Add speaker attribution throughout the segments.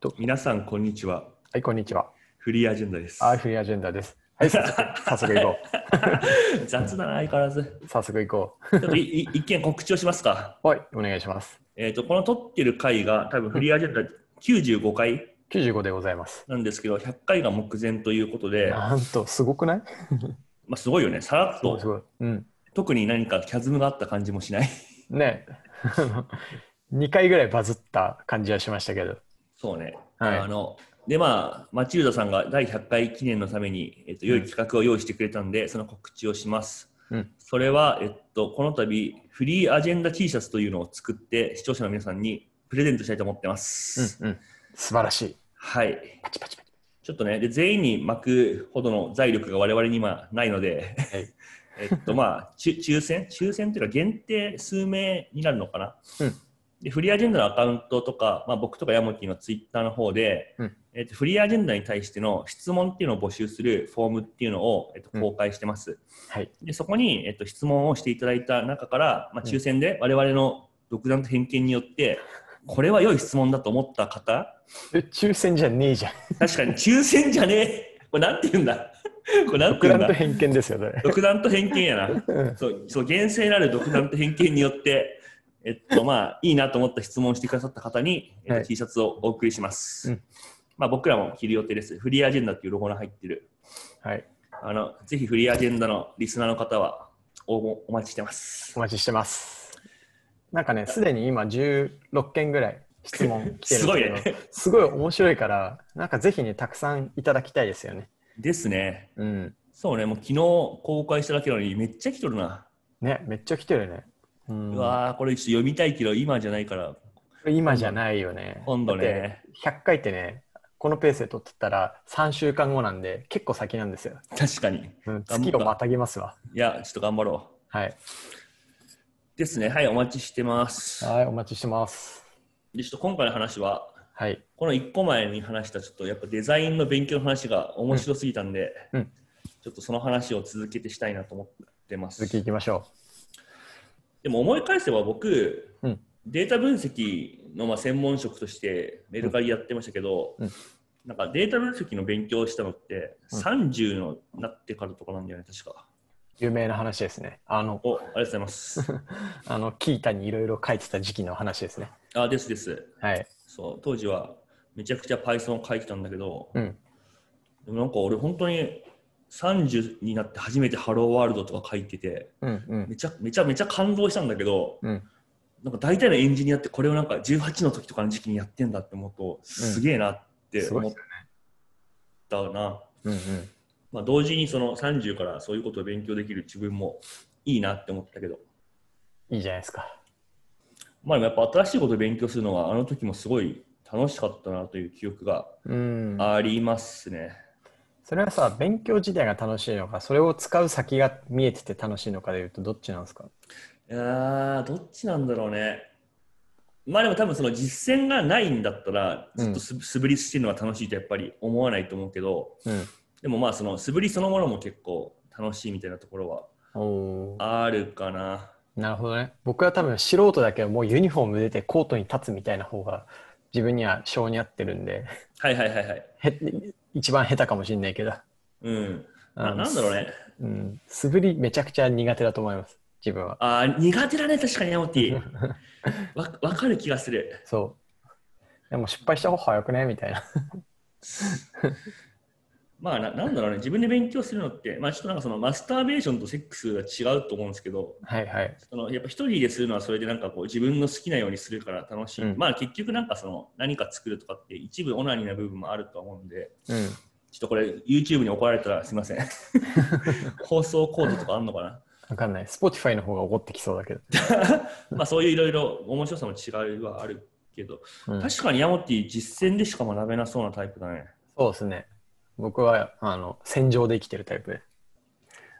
Speaker 1: と
Speaker 2: 皆さん、こんにちは。
Speaker 1: はい、こんにちは。
Speaker 2: フリーアジェンダです。
Speaker 1: アイフリーアジェンダです。はい、早 速、早速行こ
Speaker 2: 雑だな、相変わらず。
Speaker 1: う。早速行こ
Speaker 2: ちょっといい一件告知をしますか。
Speaker 1: う。はい、お願いします。
Speaker 2: えっ、と、この撮ってる回が、多分フリーアジェンダ95回
Speaker 1: 95でございます。
Speaker 2: なんですけど、100回が目前ということで、
Speaker 1: なんと、すごくないす
Speaker 2: まあ、すごいよね、さらっ
Speaker 1: ごいす
Speaker 2: と、
Speaker 1: ごい。うん。
Speaker 2: 特に何かキャズムがあった感じもしない。
Speaker 1: ね え。2回ぐらいバズった感じはしましたけど。
Speaker 2: そうね。
Speaker 1: はい
Speaker 2: あのでまあ、マチルダさんが第100回記念のために、えっと、良い企画を用意してくれたんで、その告知をします。
Speaker 1: うん
Speaker 2: それは、えっと、この度、フリーアジェンダ T シャツというのを作って、視聴者の皆さんにプレゼントしたいと思ってます。
Speaker 1: うんうん。素晴らしい。
Speaker 2: はい。
Speaker 1: パチパチパチ。
Speaker 2: ちょっとね、で全員に巻くほどの財力が我々に今ないので、
Speaker 1: はい
Speaker 2: えっとまあ、ちゅ抽選抽選というか限定数名になるのかな、
Speaker 1: うん
Speaker 2: でフリーアジェンダのアカウントとか、まあ、僕とかヤモティのツイッターの方で、
Speaker 1: うん
Speaker 2: えっと、フリーアジェンダに対しての質問っていうのを募集するフォームっていうのを、えっと、
Speaker 1: うん
Speaker 2: 公開してます、
Speaker 1: はい。
Speaker 2: でそこに、えっと、質問をしていただいた中から、まあ、抽選で我々の独断と偏見によってこれは良い質問だと思った方
Speaker 1: え、抽選じゃねえじゃん。
Speaker 2: 確かに抽選じゃねえ。これなんて言うんだ。これなんて
Speaker 1: 独
Speaker 2: 言うん
Speaker 1: 断と
Speaker 2: だ。
Speaker 1: 偏見ですよ、それ。
Speaker 2: 独断と偏見やな。
Speaker 1: うん
Speaker 2: そう、そう厳正なる独断と偏見によって、えっとまあいいなと思った質問をしてくださった方に、えっと
Speaker 1: はい
Speaker 2: T シャツをお送りします。
Speaker 1: うん
Speaker 2: まあ僕らも着る予定です。フリーアジェンダっていうロゴが入ってる。
Speaker 1: はい。
Speaker 2: あのぜひフリーアジェンダのリスナーの方は応募お待ちしてます
Speaker 1: お。待ちしてます。なんかね、すでに今16件ぐらい質問来てるんですけど、すごい面白いから、なんかぜひね、たくさんいただきたいですよね。
Speaker 2: ですね。
Speaker 1: うん。
Speaker 2: そうね。もう昨日公開しただけなのにめっちゃ来とるな。
Speaker 1: ね、めっちゃ来てるね。うん
Speaker 2: うわーこれちょっと読みたいけど今じゃないから
Speaker 1: 今じゃないよね。
Speaker 2: 今度
Speaker 1: だって
Speaker 2: ね。
Speaker 1: 100回ってね、このペースで撮ってたら3週間後なんで、結構先なんですよ。
Speaker 2: 確かに。
Speaker 1: うん、月をまたぎますわ。
Speaker 2: いや、ちょっと頑張ろ
Speaker 1: はい。
Speaker 2: う。ですね。はい、お待ちしてます。
Speaker 1: はい、お待ちしてます。
Speaker 2: で、ちょっと今回の話は、
Speaker 1: はい。
Speaker 2: この1個前に話した、ちょっとやっぱデザインの勉強の話が面白すぎたんで、
Speaker 1: うんうん
Speaker 2: ちょっとその話を続けてしたいなと思ってま
Speaker 1: 続き
Speaker 2: す。
Speaker 1: いきましょ
Speaker 2: でも思い返せば僕、
Speaker 1: うん
Speaker 2: データ分析のまあ専門職としてメルカリやってましたけど、
Speaker 1: うん
Speaker 2: なんかデータ分析の勉強をしたのって
Speaker 1: うん
Speaker 2: 30のなってからとかなんだよね、確か。
Speaker 1: う。有名な話ですね。あの、
Speaker 2: お、ありがとうございます。
Speaker 1: あの、キータにいろいろ書いてた時期の話ですね。
Speaker 2: あ、ですです。
Speaker 1: はい。
Speaker 2: そう当時はめちゃくちゃ Python を書いてたんだけど、
Speaker 1: うん。
Speaker 2: でもなんか俺本当に30になって初めてハローワールドとか書いてて
Speaker 1: うんうん。
Speaker 2: めちゃめちゃめちゃ感動したんだけど
Speaker 1: うん、
Speaker 2: なんか大体のエンジニアってこれをなんか18の時とかの時期にやってんだって思うとすげえなって
Speaker 1: すごい
Speaker 2: 思っ
Speaker 1: ですよ
Speaker 2: たな、
Speaker 1: うんうん、
Speaker 2: まあ、同時にその30からそういうことを勉強できる自分もいいなって思ったけど、
Speaker 1: いいじゃないですか。
Speaker 2: まあ、でもやっぱ新しいことを勉強するのはあの時もすごい楽しかったなという記憶が
Speaker 1: うん、
Speaker 2: ありますね。
Speaker 1: それはさ勉強自体が楽しいのかそれを使う先が見えてて楽しいのかでいうとどっちなんですか
Speaker 2: いやーどっちなんだろうね。まあでも多分その実践がないんだったらずっとす素振りしてるのが楽しいとやっぱり思わないと思うけど
Speaker 1: うん
Speaker 2: でもまあその素振りそのものも結構楽しいみたいなところ
Speaker 1: おー
Speaker 2: はあるかな。
Speaker 1: なるほどね僕は多分素人だけどもうユニフォーム出てコートに立つみたいな方が自分には性に合ってるんで
Speaker 2: はいはいはいはい。
Speaker 1: へ一番下手かもしれないけど
Speaker 2: うん。
Speaker 1: あ
Speaker 2: あ
Speaker 1: の
Speaker 2: なんだろうね。
Speaker 1: うん、素振りめちゃくちゃ苦手だと思います自分は
Speaker 2: あー苦手だね確かにヤモ ティ。わわかる気がする。
Speaker 1: そうでも失敗した方が早くねみたいな
Speaker 2: まあななんだろうね自分で勉強するのってまあちょっとなんかそのマスターベーションとセックスが違うと思うんですけど
Speaker 1: はいはい
Speaker 2: そのやっぱ一人でするのはそれでなんかこう自分の好きなようにするから楽しい、
Speaker 1: うん
Speaker 2: まあ結局なんかその何か作るとかって一部オナニーな部分もあると思うんで
Speaker 1: うん
Speaker 2: ちょっとこれ YouTube に怒られたらすい ません放送コードとかあんのかな
Speaker 1: わかんない Spotify の方が怒ってきそうだけど、
Speaker 2: まあそういういろいろ面白さの違いはあるけど、
Speaker 1: うん
Speaker 2: 確かにヤモティ実践でしか学べなそうなタイプだね
Speaker 1: そうですね。僕はあの戦場で生きてるタイプで。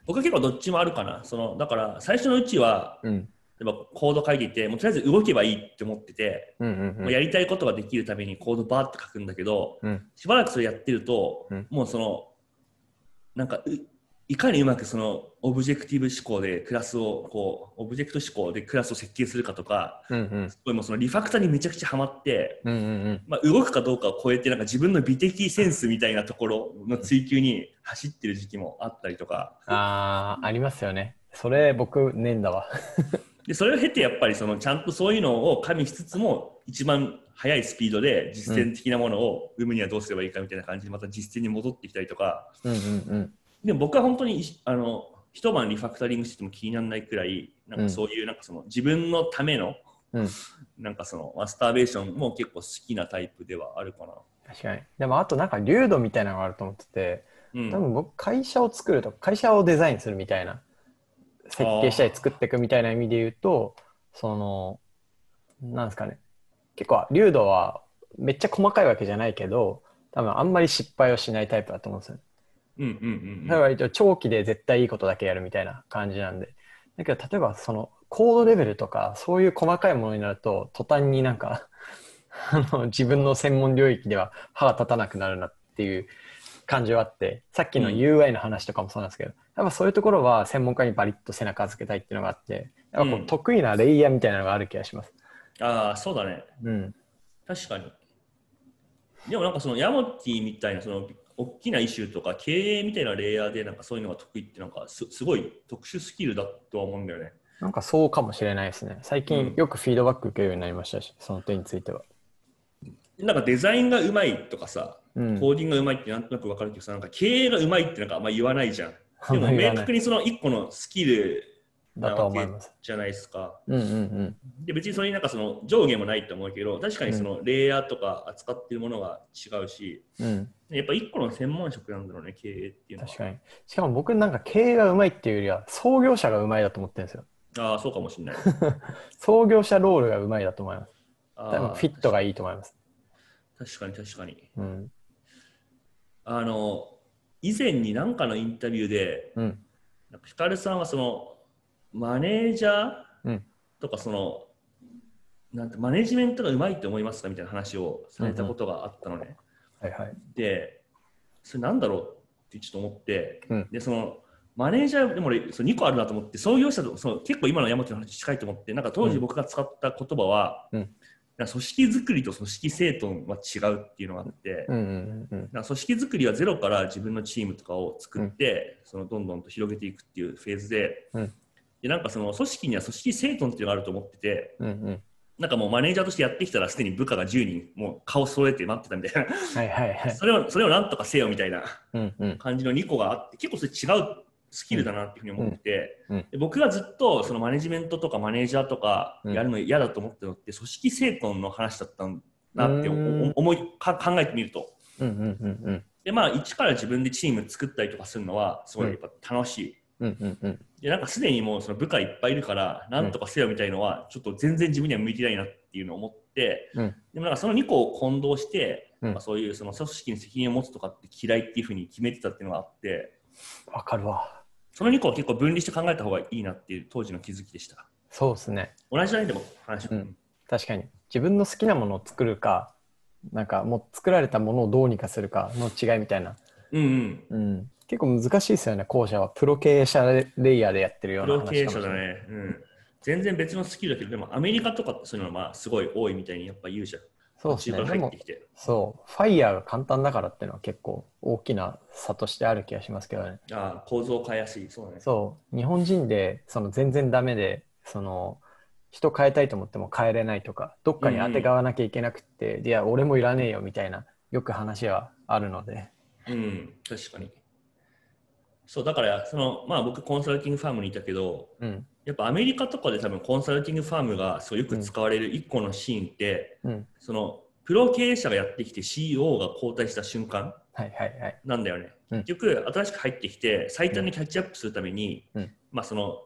Speaker 2: 僕は結構どっちもあるかなそのだから最初のうちは
Speaker 1: うん。
Speaker 2: 例えばコード書いていてもうとりあえず動けばいいって思ってて、
Speaker 1: うんうん
Speaker 2: もうやりたいことができるためにコードバーって書くんだけど、
Speaker 1: うん。
Speaker 2: しばらくそれやってると、
Speaker 1: うん
Speaker 2: もうそのなんかういかにうまくそのオブジェクティブ思考でクラスをこうオブジェクト思考でクラスを設計するかとか
Speaker 1: うんうん
Speaker 2: すごいもうそのリファクターにめちゃくちゃハマって、
Speaker 1: うんうん
Speaker 2: まあ、動くかどうかを超えてなんか自分の美的センスみたいなところの追求に走ってる時期もあったりとか
Speaker 1: あーありますよねそれ僕ねえんだわ
Speaker 2: でそれを経てやっぱりそのちゃんとそういうのを加味しつつも一番速いスピードで実践的なものを生むにはどうすればいいかみたいな感じでまた実践に戻ってきたりとか
Speaker 1: うんうんうん
Speaker 2: でも僕は本当にいあの一晩リファクタリングしてても気にならないくらいなんかそういうなんかその自分のための、
Speaker 1: うん
Speaker 2: なんかそのマスターベーションも結構好きなタイプではあるかな。
Speaker 1: 確かにでもあとなんか流度みたいなのがあると思ってて
Speaker 2: うん
Speaker 1: 多分僕会社を作るとか会社をデザインするみたいな設計したり作っていくみたいな意味で言うとそのなんですかね結構流度はめっちゃ細かいわけじゃないけど多分あんまり失敗をしないタイプだと思うんですよね
Speaker 2: うんうんうんうん
Speaker 1: だから一応長期で絶対いいことだけやるみたいな感じなんで。だけど例えばそのコードレベルとかそういう細かいものになると途端になんか あの自分の専門領域では歯が立たなくなるなっていう感じはあってさっきの
Speaker 2: うん
Speaker 1: UI の話とかもそうなんですけど、やっぱそういうところは専門家にバリッと背中預けたいっていうのがあってやっぱこ
Speaker 2: う
Speaker 1: うん得意なレイヤーみたいなのがある気がします。
Speaker 2: ああそうだね
Speaker 1: うん、
Speaker 2: 確かにでもなんかそのヤモティみたいなその大きなイシューとか経営みたいなレイヤーでなんかそういうのが得意ってなんかすすごい特殊スキルだとは思うんだよね。
Speaker 1: なんかそうかもしれないですね。最近よくフィードバック受けるようになりましたし、その点については。
Speaker 2: なんかデザインがうまいとかさ
Speaker 1: うん、
Speaker 2: コーディングがうまいってなんとなく分かるけどさなんか経営がうまいってなんかあんま言わないじゃん。
Speaker 1: あ
Speaker 2: で
Speaker 1: んま
Speaker 2: も
Speaker 1: り
Speaker 2: 明
Speaker 1: 言わない
Speaker 2: 確にその一個のスキル
Speaker 1: だ
Speaker 2: な
Speaker 1: と
Speaker 2: わ
Speaker 1: 思い
Speaker 2: け
Speaker 1: ます。
Speaker 2: じゃないですか。
Speaker 1: うんうんうん。
Speaker 2: で別にそれになんかその上下もないと思うけど確かにそのレイヤーとか扱ってるものが違うし、
Speaker 1: うん
Speaker 2: やっぱ一個の専門職なんだろうね経営っていうのは。
Speaker 1: 確かに。しかも僕なんか経営がうまいっていうよりは創業者がうまいだと思ってるんですよ。
Speaker 2: ああそうかもし れない。
Speaker 1: 創業者ロールがうまいだと思います。
Speaker 2: あ
Speaker 1: 多
Speaker 2: ー
Speaker 1: 分フィットがいいと思います。
Speaker 2: 確かに確かに
Speaker 1: うん。
Speaker 2: あの以前に何かのインタビューで
Speaker 1: うん。
Speaker 2: なんかヒカルさんはそのマネージャ
Speaker 1: う
Speaker 2: ー
Speaker 1: ん
Speaker 2: とかその、なんてマネジメントがうまいと思いますかみたいな話をされたことがあったのね、
Speaker 1: はいはい。
Speaker 2: でそれなんだろうってちょっと思って、
Speaker 1: うん
Speaker 2: でそのマネージャーでも俺その2個あるなと思って創業者とその結構今の山本の話近いと思ってなんか当時僕が使った言葉は、
Speaker 1: うん
Speaker 2: なんか組織作りと組織整頓は違うっていうのがあって、
Speaker 1: うんうんうんうん。
Speaker 2: だから組織作りはゼロから自分のチームとかを作って、そのどんどんと広げていくっていうフェーズで,、
Speaker 1: うん
Speaker 2: でなんかその組織には組織整頓っていうのがあると思ってて
Speaker 1: うんうん。
Speaker 2: なんかもうマネージャーとしてやってきたらすでに部下が10人もう顔揃えて待ってたみたいな
Speaker 1: はいはいはい。
Speaker 2: それをそれをなんとかせよみたいな
Speaker 1: うんうん。
Speaker 2: 感じの2個があって結構それ違うスキルだなっていうふうに思ってて、
Speaker 1: うんうん
Speaker 2: で僕がずっとそのマネジメントとかマネージャーとかやるの嫌だと思ってるのって組織整頓の話だったんだって
Speaker 1: うん
Speaker 2: 思思いか考えてみると。
Speaker 1: うんうんうんうん。
Speaker 2: でまあ一から自分でチーム作ったりとかするのはすごいやっぱ楽しい、
Speaker 1: うんうんうん。
Speaker 2: でなんかすでにもうその部下いっぱいいるからなんとかせよみたいのはちょっと全然自分には向いてないなっていうのを思って、
Speaker 1: うん
Speaker 2: でもなんかその2個を混同して、
Speaker 1: うん
Speaker 2: まあ、そういうその組織に責任を持つとかって嫌いっていうふうに決めてたっていうのがあって
Speaker 1: わかるわ。
Speaker 2: その2個は結構分離して考えた方がいいなっていう当時の気づきでした
Speaker 1: そうですね。
Speaker 2: 同じじゃないでも話、
Speaker 1: うん確かに。自分の好きなものを作るか、なんかもう作られたものをどうにかするかの違いみたいな。
Speaker 2: うんうん
Speaker 1: うん。結構難しいですよね、後者は。プロ経営者レイヤーでやってるよう
Speaker 2: プ
Speaker 1: な話
Speaker 2: ロ
Speaker 1: かもし
Speaker 2: 経
Speaker 1: れ
Speaker 2: 営
Speaker 1: ない。
Speaker 2: 者だね、うん、全然別のスキルだけどでもアメリカとかってそういうのはまあすごい多いみたいにやっぱ言うじゃん
Speaker 1: そうです
Speaker 2: 中
Speaker 1: ね。
Speaker 2: から入
Speaker 1: で
Speaker 2: っ
Speaker 1: も
Speaker 2: てきて
Speaker 1: そう、ファイヤーが簡単だからっていうのは結構大きな差としてある気がしますけどね。
Speaker 2: ああ構造を変えやすい、そうだね。
Speaker 1: そう、日本人でその全然ダメで、その人変えたいと思っても変えれないとか、どっかに当てがわなきゃいけなくって、いや、俺もいらねえよみたいな、よく話はあるので。
Speaker 2: うん、確かに。そう、だから、その、まあ僕、コンサルティングファームにいたけど、
Speaker 1: うん、
Speaker 2: やっぱアメリカとかで多分コンサルティングファームがそうよく使われる一個のシーンって、
Speaker 1: うん、
Speaker 2: その、プロ経営者がやってきて CEO が交代した瞬間
Speaker 1: はいはいはい。
Speaker 2: なんだよね。
Speaker 1: うん
Speaker 2: 結局、新しく入ってきて、最短にキャッチアップするために、
Speaker 1: うん
Speaker 2: まあその、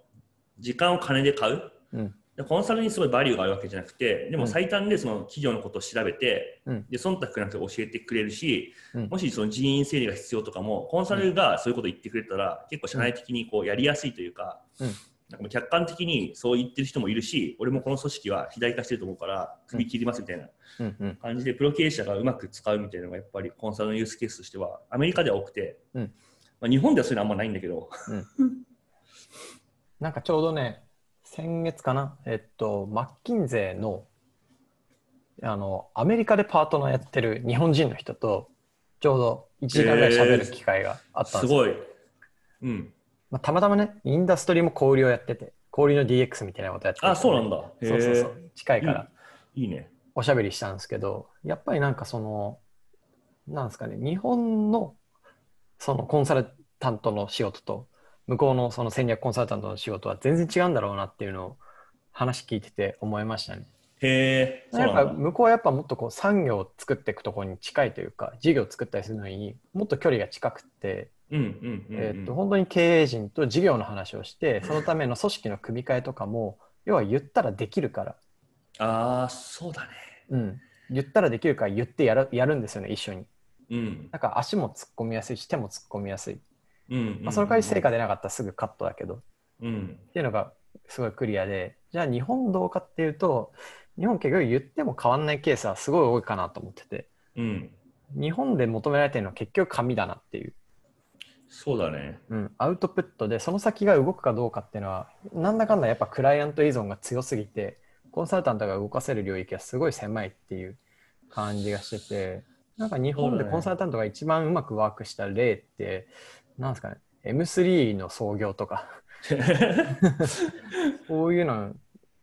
Speaker 2: 時間を金で買う。
Speaker 1: うん、
Speaker 2: でコンサルにすごいバリューがあるわけじゃなくてで
Speaker 1: う
Speaker 2: も
Speaker 1: ん
Speaker 2: 最短でその企業のことを調べて、
Speaker 1: うん
Speaker 2: で忖度なく教えてくれるし、
Speaker 1: うん
Speaker 2: もしその人員整理が必要とかもコンサルがそういうこと言ってくれたら、結構社内的にこうやりやすいというか,、
Speaker 1: うん
Speaker 2: なんかもう客観的にそう言ってる人もいるし俺もこの組織は肥大化してると思うから首切りますみたいな
Speaker 1: うん、うん、
Speaker 2: 感じでプロ経営者がうまく使うみたいなのがやっぱりコンサルのユースケースとしてはアメリカでは多くて、
Speaker 1: うん
Speaker 2: まあ、日本ではそういうのあんまないんだけど、
Speaker 1: なんかちょうどね、先月かな、えっと、マッキンゼーの、あの、アメリカでパートナーやってる日本人の人と、ちょうど1時間ぐらい喋る機会があった
Speaker 2: す
Speaker 1: んですよ。
Speaker 2: ごい。うん。
Speaker 1: まあ、たまたまね、インダストリーも小売りをやってて、小売りの DX みたいなことやってて、
Speaker 2: あ、そうなんだ。
Speaker 1: そうそうそう
Speaker 2: へー。
Speaker 1: 近いから。
Speaker 2: いいいね。
Speaker 1: おしゃべりしたんですけどやっぱりなんかそのなんですかね日本のそのコンサルタントの仕事と向こうのその戦略コンサルタントの仕事は全然違うんだろうなっていうのを話聞いてて思いましたね。
Speaker 2: へえ、そう
Speaker 1: やっ
Speaker 2: な
Speaker 1: ぱ
Speaker 2: んだ。
Speaker 1: 向こうはやっぱもっとこう産業を作っていくところに近いというか事業を作ったりするのにもっと距離が近くて、
Speaker 2: うんうんうんうん。
Speaker 1: えーっと本当に経営陣と事業の話 をしてそのための組織の組み替えとかも要は言ったらできるから
Speaker 2: ああ、そうだね。
Speaker 1: うん、言ったらできるから言ってやるやるんですよね一緒に
Speaker 2: うん。
Speaker 1: なんか足も突っ込みやすいし手も突っ込みやすい、
Speaker 2: うんうんうん
Speaker 1: まあ、その代わり成果出なかったらすぐカットだけどっ
Speaker 2: うん。
Speaker 1: ていうのがすごいクリアでじゃあ日本どうかっていうと日本結局言っても変わんないケースはすごい多いかなと思ってて
Speaker 2: うん。
Speaker 1: 日本で求められてるのは結局紙だなっていう、
Speaker 2: そうだね。
Speaker 1: うん、アウトプットでその先が動くかどうかっていうのはなんだかんだやっぱクライアント依存が強すぎてコンサルタントが動かせる領域はすごい狭いっていう感じがしててなんか日本でコンサルタントが一番うまくワークした例ってなんですかね M3 の創業とかそういうの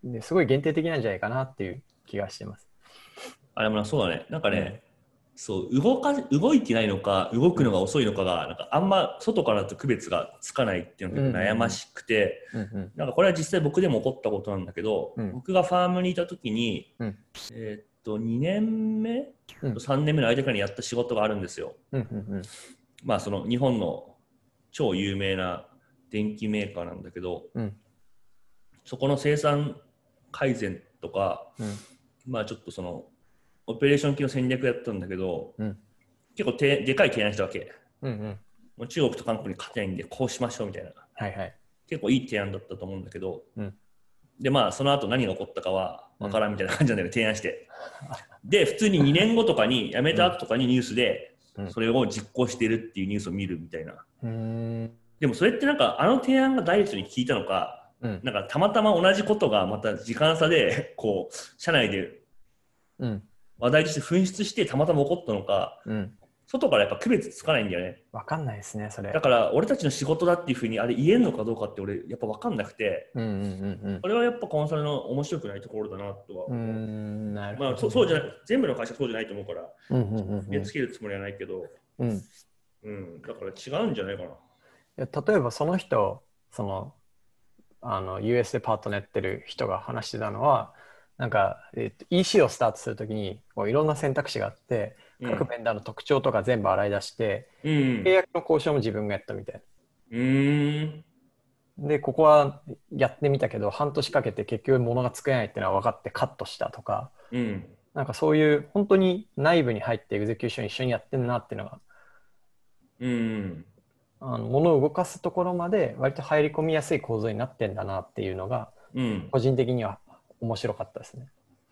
Speaker 1: ですごい限定的なんじゃないかなっていう気がしてます。
Speaker 2: あれもな、そうだね。なんかね、そう、動か、動いてないのか、動くのが遅いのかが、なんかあんま外からだと区別がつかないっていうのが悩ましくて、
Speaker 1: うんうん
Speaker 2: なんかこれは実際僕でも起こったことなんだけど、
Speaker 1: うん
Speaker 2: 僕がファームにいた時に、
Speaker 1: うん
Speaker 2: えーっと2年目
Speaker 1: うん
Speaker 2: と3年目の間くらいにやった仕事があるんですよ。
Speaker 1: うんうん
Speaker 2: まあその日本の超有名な電機メーカーなんだけど、
Speaker 1: うん
Speaker 2: そこの生産改善とか、
Speaker 1: うん
Speaker 2: まあちょっとそのオペレーション機の戦略やったんだけど、
Speaker 1: うん
Speaker 2: 結構てでかい提案したわけ。
Speaker 1: うんうん
Speaker 2: もう中国と韓国に勝てないんでこうしましょうみたいな。
Speaker 1: はいはい。
Speaker 2: 結構いい提案だったと思うんだけど、
Speaker 1: うん
Speaker 2: でまあその後何が起こったかは分からんみたいな感じなんだけど、提案 してで普通に2年後とかに辞めた後とかにニュースで
Speaker 1: うん
Speaker 2: それを実行してるっていうニュースを見るみたいな
Speaker 1: うーん
Speaker 2: でもそれってなんかあの提案がダイレクトに効いたのか
Speaker 1: うん
Speaker 2: なんかたまたま同じことがまた時間差で こう社内で
Speaker 1: うん
Speaker 2: 話題として紛失してたまたま起こったのか
Speaker 1: うん。
Speaker 2: 外からやっぱ区別つかないんだよね
Speaker 1: わかんないですねそれ
Speaker 2: だ。から俺たちの仕事だっていうふうにあれ言えるのかどうかって俺やっぱ分かんなくて
Speaker 1: うんうんうん
Speaker 2: これはやっぱコンサルの面白くないところだなとは、
Speaker 1: うん。うーんなるほど、
Speaker 2: まあ、そそうじゃない全部の会社そうじゃないと思うから
Speaker 1: うんうんうんうん
Speaker 2: 目つけるつもりはないけど、
Speaker 1: うん、い
Speaker 2: うん、だから違うんじゃないかな。
Speaker 1: や例えばその人そのあの US でパートナーやってる人が話してたのはなんか、えっと EC をスタートするときにこういろんな選択肢があって
Speaker 2: うん
Speaker 1: 各ベンダーの特徴とか全部洗い出して、
Speaker 2: うん
Speaker 1: 契約の交渉も自分がやったみたいう
Speaker 2: ーん
Speaker 1: なでここはやってみたけど半年かけて結局物が作れないっていうのは分かってカットしたとか
Speaker 2: うん
Speaker 1: なんかそういう本当に内部に入ってエグゼキューション一緒にやってんなっていうのが
Speaker 2: うん
Speaker 1: あの物を動かすところまで割と入り込みやすい構造になってんだなっていうのが
Speaker 2: うん
Speaker 1: 個人的には面白かったですね。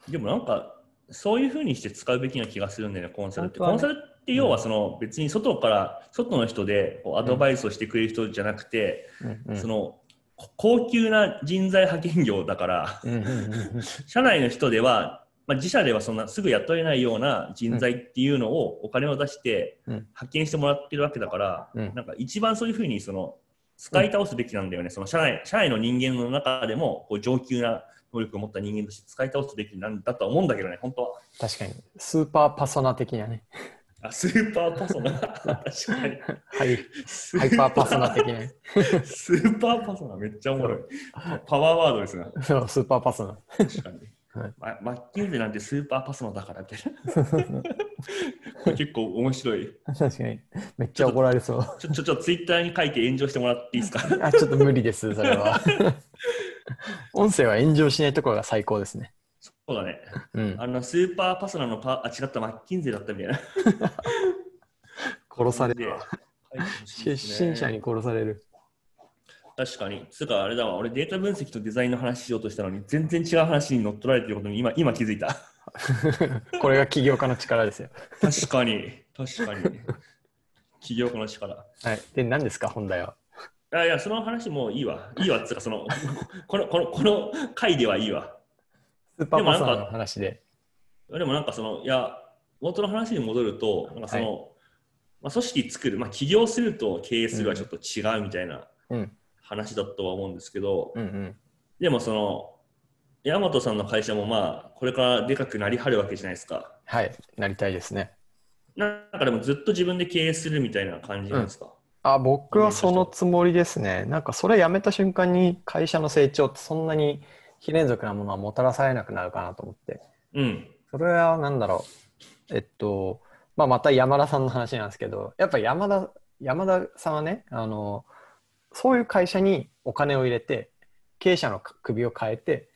Speaker 2: でもなんかそういうふうにして使うべきな気がするんだよねコンサルって、コン
Speaker 1: 本当
Speaker 2: サ
Speaker 1: は
Speaker 2: ルって要はその、別に外から外の人でこうアドバイスをしてくれる人じゃなくて、
Speaker 1: うんうん
Speaker 2: そのこ高級な人材派遣業だから
Speaker 1: うんうんうん
Speaker 2: 社内の人では、まあ、自社ではそんなすぐ雇えないような人材っていうのをお金を出して
Speaker 1: うん
Speaker 2: 派遣してもらってるわけだから、
Speaker 1: うん
Speaker 2: なんか一番そういうふうにその使い倒すべきなんだよね、その社内社内の人間の中でもこう上級な能力を持った人間として使い倒すべきなんだとは思うんだけどね、本当は。
Speaker 1: 確かにスーパーパソナ的なね
Speaker 2: あスーパーパソナ、確かに。
Speaker 1: ハイ
Speaker 2: ス
Speaker 1: ハイパーパソナ的なね
Speaker 2: スーパーパソナ、めっちゃおもろい。パワーワードですね、
Speaker 1: そうスーパーパソナ
Speaker 2: 確かに
Speaker 1: はい。
Speaker 2: まマッキンゼなんてスーパーパソナだから みたいな。これ結構面白い。
Speaker 1: 確かにめっちゃ怒られそう
Speaker 2: ちょ、ちょ、ちょ、ツイッターに書いて炎上してもらっていいですか
Speaker 1: あちょっと無 理ですそれは音声は炎上しないところが最高ですね
Speaker 2: そうだね。
Speaker 1: うん
Speaker 2: あの、スーパーパソナのパ、あ、違った、マッキンゼだったみたいな。
Speaker 1: 殺されるわ
Speaker 2: 書いてほしいで
Speaker 1: 出
Speaker 2: すね
Speaker 1: 身者に殺される
Speaker 2: 確かに。つうか、あれだわ、俺データ分析とデザインの話しようとしたのに、全然違う話に乗っ取られてることに今、今気づいた。
Speaker 1: これが起業家の力ですよ
Speaker 2: 確かに。確かに。起業家の力。
Speaker 1: はい。で、何ですか、本題は。
Speaker 2: あいや、その話もういいわ。いいわっつうか、その、この、この、この回ではいいわ。
Speaker 1: スーパーパソナの話で。
Speaker 2: でもなんかその、いや、元の話に戻ると、なんかその、まあ、組織作る、まあ、起業すると経営するはちょっと違うみたいな
Speaker 1: うん。
Speaker 2: 話だとは思うんですけど、
Speaker 1: うんうん。
Speaker 2: でもその、大和さんの会社もまあ、これからでかくなりはるわけじゃないですか。
Speaker 1: はい。なりたいですね。
Speaker 2: なんかでもずっと自分で経営するみたいな感じなんですか、
Speaker 1: あ、僕はそのつもりですね。なんかそれやめた瞬間に会社の成長ってそんなに非連続なものはもたらされなくなるかなと思って。
Speaker 2: うん。
Speaker 1: それは何だろう。えっと、まあ、また山田さんの話なんですけど、やっぱ山田、山田さんはね、あの、そういう会社にお金を入れて、経営者の首を変えて、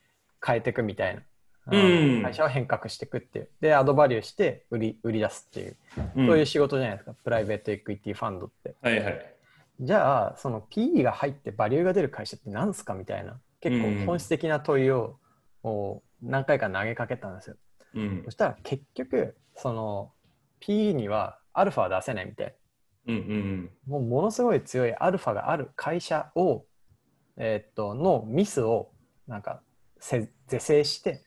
Speaker 1: 変えていくみたいな。あの
Speaker 2: うん
Speaker 1: 会社を変革していくっていう。で、アドバリューして売り、売り出すっていう。
Speaker 2: う、
Speaker 1: そういうん仕事じゃないですか。プライベートエクイティファンドって。
Speaker 2: はいはい。
Speaker 1: じゃあその PE が入ってバリューが出る会社って何すかみたいな結
Speaker 2: うん
Speaker 1: 構本質的な問いをこう何回か投げかけたんですよ
Speaker 2: うん
Speaker 1: そ。したら結局その PE にはアルファは出せないみたい
Speaker 2: うんうん
Speaker 1: もうものすごい強いアルファがある会社をえーっとのミスをなんかせ是正して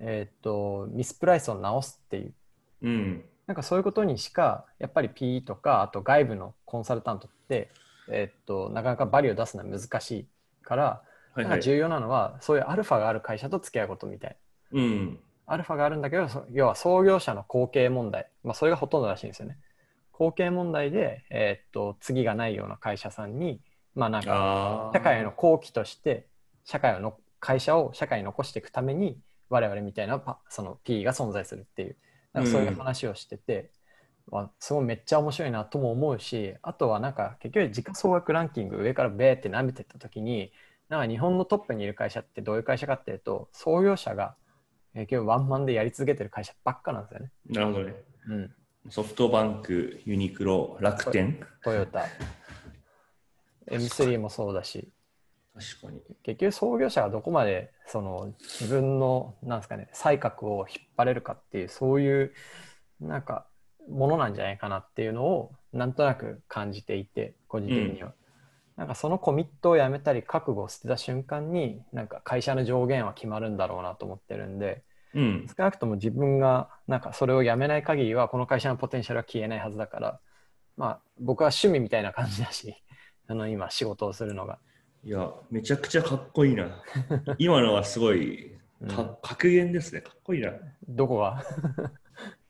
Speaker 1: えーっとミスプライスを直すっていう
Speaker 2: うん。うん。
Speaker 1: なんかそういうことにしかやっぱり PE とかあと外部のコンサルタントって、えっとなかなかバリューを出すのは難しいから、
Speaker 2: はい
Speaker 1: な
Speaker 2: は
Speaker 1: んか
Speaker 2: い。
Speaker 1: 重要なのはそういうアルファがある会社と付き合うことみたい
Speaker 2: うん。
Speaker 1: アルファがあるんだけどそ要は創業者の後継問題、まあ、それがほとんどらしいんですよね後継問題で、えっと次がないような会社さんにまあなんか
Speaker 2: ああ。
Speaker 1: 社会への。後期として社会をの会社を社会に残していくために我々みたいなパその P が存在するっていうなんかそういう話をしてて、わすごいめっちゃ面白いなとも思うしあとはなんか結局時価総額ランキング上からベーって舐めてった時になんか日本のトップにいる会社ってどういう会社かっていうと創業者が結局ワンマンでやり続けてる会社ばっかなんですよね。
Speaker 2: なるほどね。
Speaker 1: うん、
Speaker 2: ソフトバンク、ユニクロ、楽天。
Speaker 1: トヨタ M3 もそうだし
Speaker 2: 確かに。
Speaker 1: 結局創業者がどこまでその自分のなんですかね才覚を引っ張れるかっていうそういうなんかものなんじゃないかなっていうのをなんとなく感じていて個人的には、なんかそのコミットをやめたり覚悟を捨てた瞬間になんか会社の上限は決まるんだろうなと思ってるんで
Speaker 2: うん。
Speaker 1: 少なくとも自分がなんかそれをやめない限りはこの会社のポテンシャルは消えないはずだからまあ僕は趣味みたいな感じだし あの今仕事をするのが。
Speaker 2: いや、めちゃくちゃかっこいい な。今のはすごい、
Speaker 1: うん
Speaker 2: か格言ですね。かっこいいな。
Speaker 1: どこが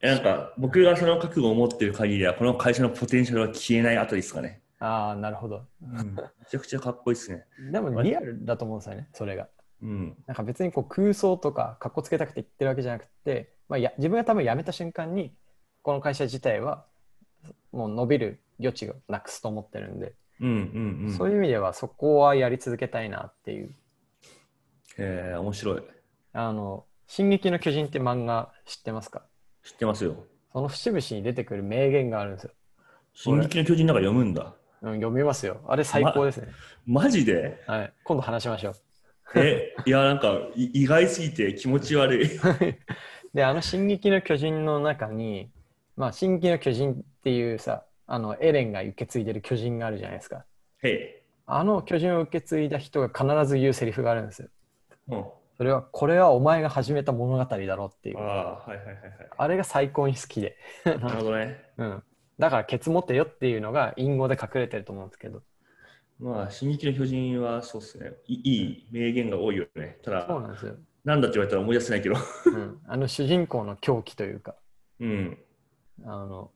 Speaker 2: えなんか、僕がその覚悟を持ってる限りは、この会社のポテンシャルは消えない後ですかね。
Speaker 1: ああ、なるほど。
Speaker 2: うん。めちゃくちゃかっこいいですね。
Speaker 1: でもリアルだと思うんですよね、それが。
Speaker 2: うん。
Speaker 1: なんか別にこう空想とか、かっこつけたくて言ってるわけじゃなくて、まあ、や自分が多分辞めた瞬間に、この会社自体はもう伸びる余地をなくすと思ってるんで、
Speaker 2: うんうんうん。
Speaker 1: そういう意味ではそこはやり続けたいなっていう。
Speaker 2: えー面白い。
Speaker 1: あの、進撃の巨人って漫画知ってますか
Speaker 2: 知ってますよ。
Speaker 1: その節々に出てくる名言があるんですよ。
Speaker 2: 進撃の巨人なんか読むんだ。
Speaker 1: うん、読みますよ。あれ最高ですね。
Speaker 2: マジで
Speaker 1: はい。今度話しましょう。
Speaker 2: え、いや、なんか、い意外すぎて気持ち悪い。
Speaker 1: で、あの「進撃の巨人」の中に、まあ、進撃の巨人っていうさ、あのエレンが受け継いでる巨人があるじゃないですか。
Speaker 2: へ
Speaker 1: あの巨人を受け継いだ人が必ず言うセリフがあるんですよ。
Speaker 2: い。うん。
Speaker 1: それは、これはお前が始めた物語だろっていう。あ
Speaker 2: ああー、はいはいはい
Speaker 1: れが最高に好きで。
Speaker 2: はい。なるほどね。
Speaker 1: うん。だから、ケツ持ってよっていうのが隠語で隠れてると思うんですけど。
Speaker 2: まあ、進撃の巨人はそうですねい。いい名言が多いよね。た
Speaker 1: そう
Speaker 2: だ、
Speaker 1: なんですよ。
Speaker 2: なんだって言われたら思い出せないけど。
Speaker 1: うん。あの主人公の狂気というか、
Speaker 2: うん。
Speaker 1: あの、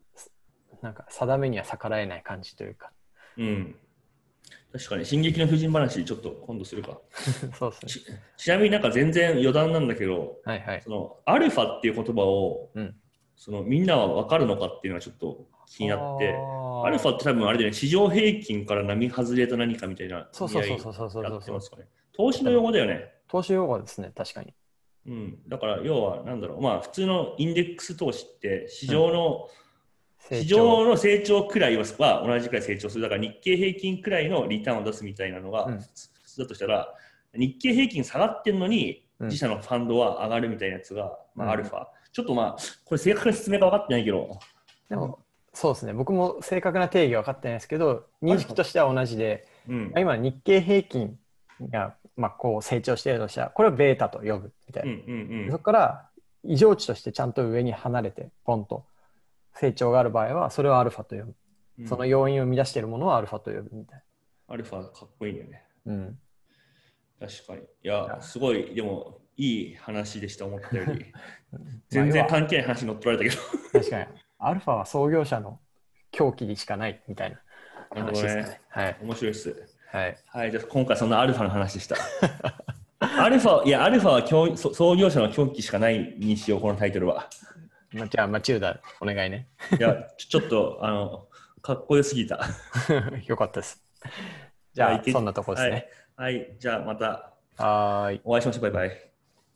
Speaker 1: なんか定めには逆らえない感じというか。
Speaker 2: うん。確かに、進撃の巨人話、ちょっと今度するか。
Speaker 1: そうですね。
Speaker 2: ちちなみになんか全然余談なんだけど、
Speaker 1: はいはい。
Speaker 2: その、アルファっていう言葉を、
Speaker 1: うん
Speaker 2: その、みんなはわかるのかっていうのはちょっと気になって。
Speaker 1: あー
Speaker 2: アルファって多分あれだよね、市場平均から並外れた何かみたいな
Speaker 1: そう
Speaker 2: 意
Speaker 1: そう
Speaker 2: 味合い
Speaker 1: そ
Speaker 2: う
Speaker 1: そうそうそ
Speaker 2: や
Speaker 1: う
Speaker 2: って
Speaker 1: そ
Speaker 2: ま
Speaker 1: う。
Speaker 2: すかね。投資の用語だよね。
Speaker 1: 投資用語ですね、確かに。
Speaker 2: うん、だから要はなんだろう、まあ、普通のインデックス投資って市場の、市場の成長くらいはは同じくらい成長する、だから日経平均くらいのリターンを出すみたいなのが
Speaker 1: うん
Speaker 2: 普通普通だとしたら、日経平均下がってんのに、
Speaker 1: うん
Speaker 2: 自社のファンドは上がるみたいなやつが、ま
Speaker 1: うん
Speaker 2: あ、アルファ、ちょっとまあ、これ正確な説明が分かってないけど、
Speaker 1: でも、そうですね僕も正確な定義は分かってないですけど認識としては同じで
Speaker 2: うん。
Speaker 1: 今日経平均が、まあ、こう成長しているとしたらこれをベータと呼ぶみたい
Speaker 2: うん
Speaker 1: な、
Speaker 2: うん
Speaker 1: そこから異常値としてちゃんと上に離れてポンと成長がある場合はそれをアルファと呼ぶ、
Speaker 2: うん。
Speaker 1: その要因を生み出しているものをアルファと呼ぶみたい
Speaker 2: アルファかっこいいよね。
Speaker 1: な、うん、
Speaker 2: 確かに。いや、すごい、でも、いい話でした、思ったよ り。
Speaker 1: まあ
Speaker 2: 全
Speaker 1: 要
Speaker 2: 然
Speaker 1: は
Speaker 2: 関係ない話に乗っ取られたけ ど。
Speaker 1: 確かにアルファは創業者の狂気しかないみたいな話ですかねはい
Speaker 2: 面白いっす。
Speaker 1: はい
Speaker 2: はい、じゃあ今回そんなアルファの話でした。 アルファ、いや、アルファは教そ創業者の狂気しかないにしよう、このタイトルは。
Speaker 1: まじゃあマチューダお願いね
Speaker 2: いや、ちょちょっと、あの、かっこよすぎた。
Speaker 1: よかったですじゃ
Speaker 2: はい
Speaker 1: あそんなとこですね、
Speaker 2: はい。はい、じゃあまた
Speaker 1: はーい
Speaker 2: お会いしましょう。バイバイ。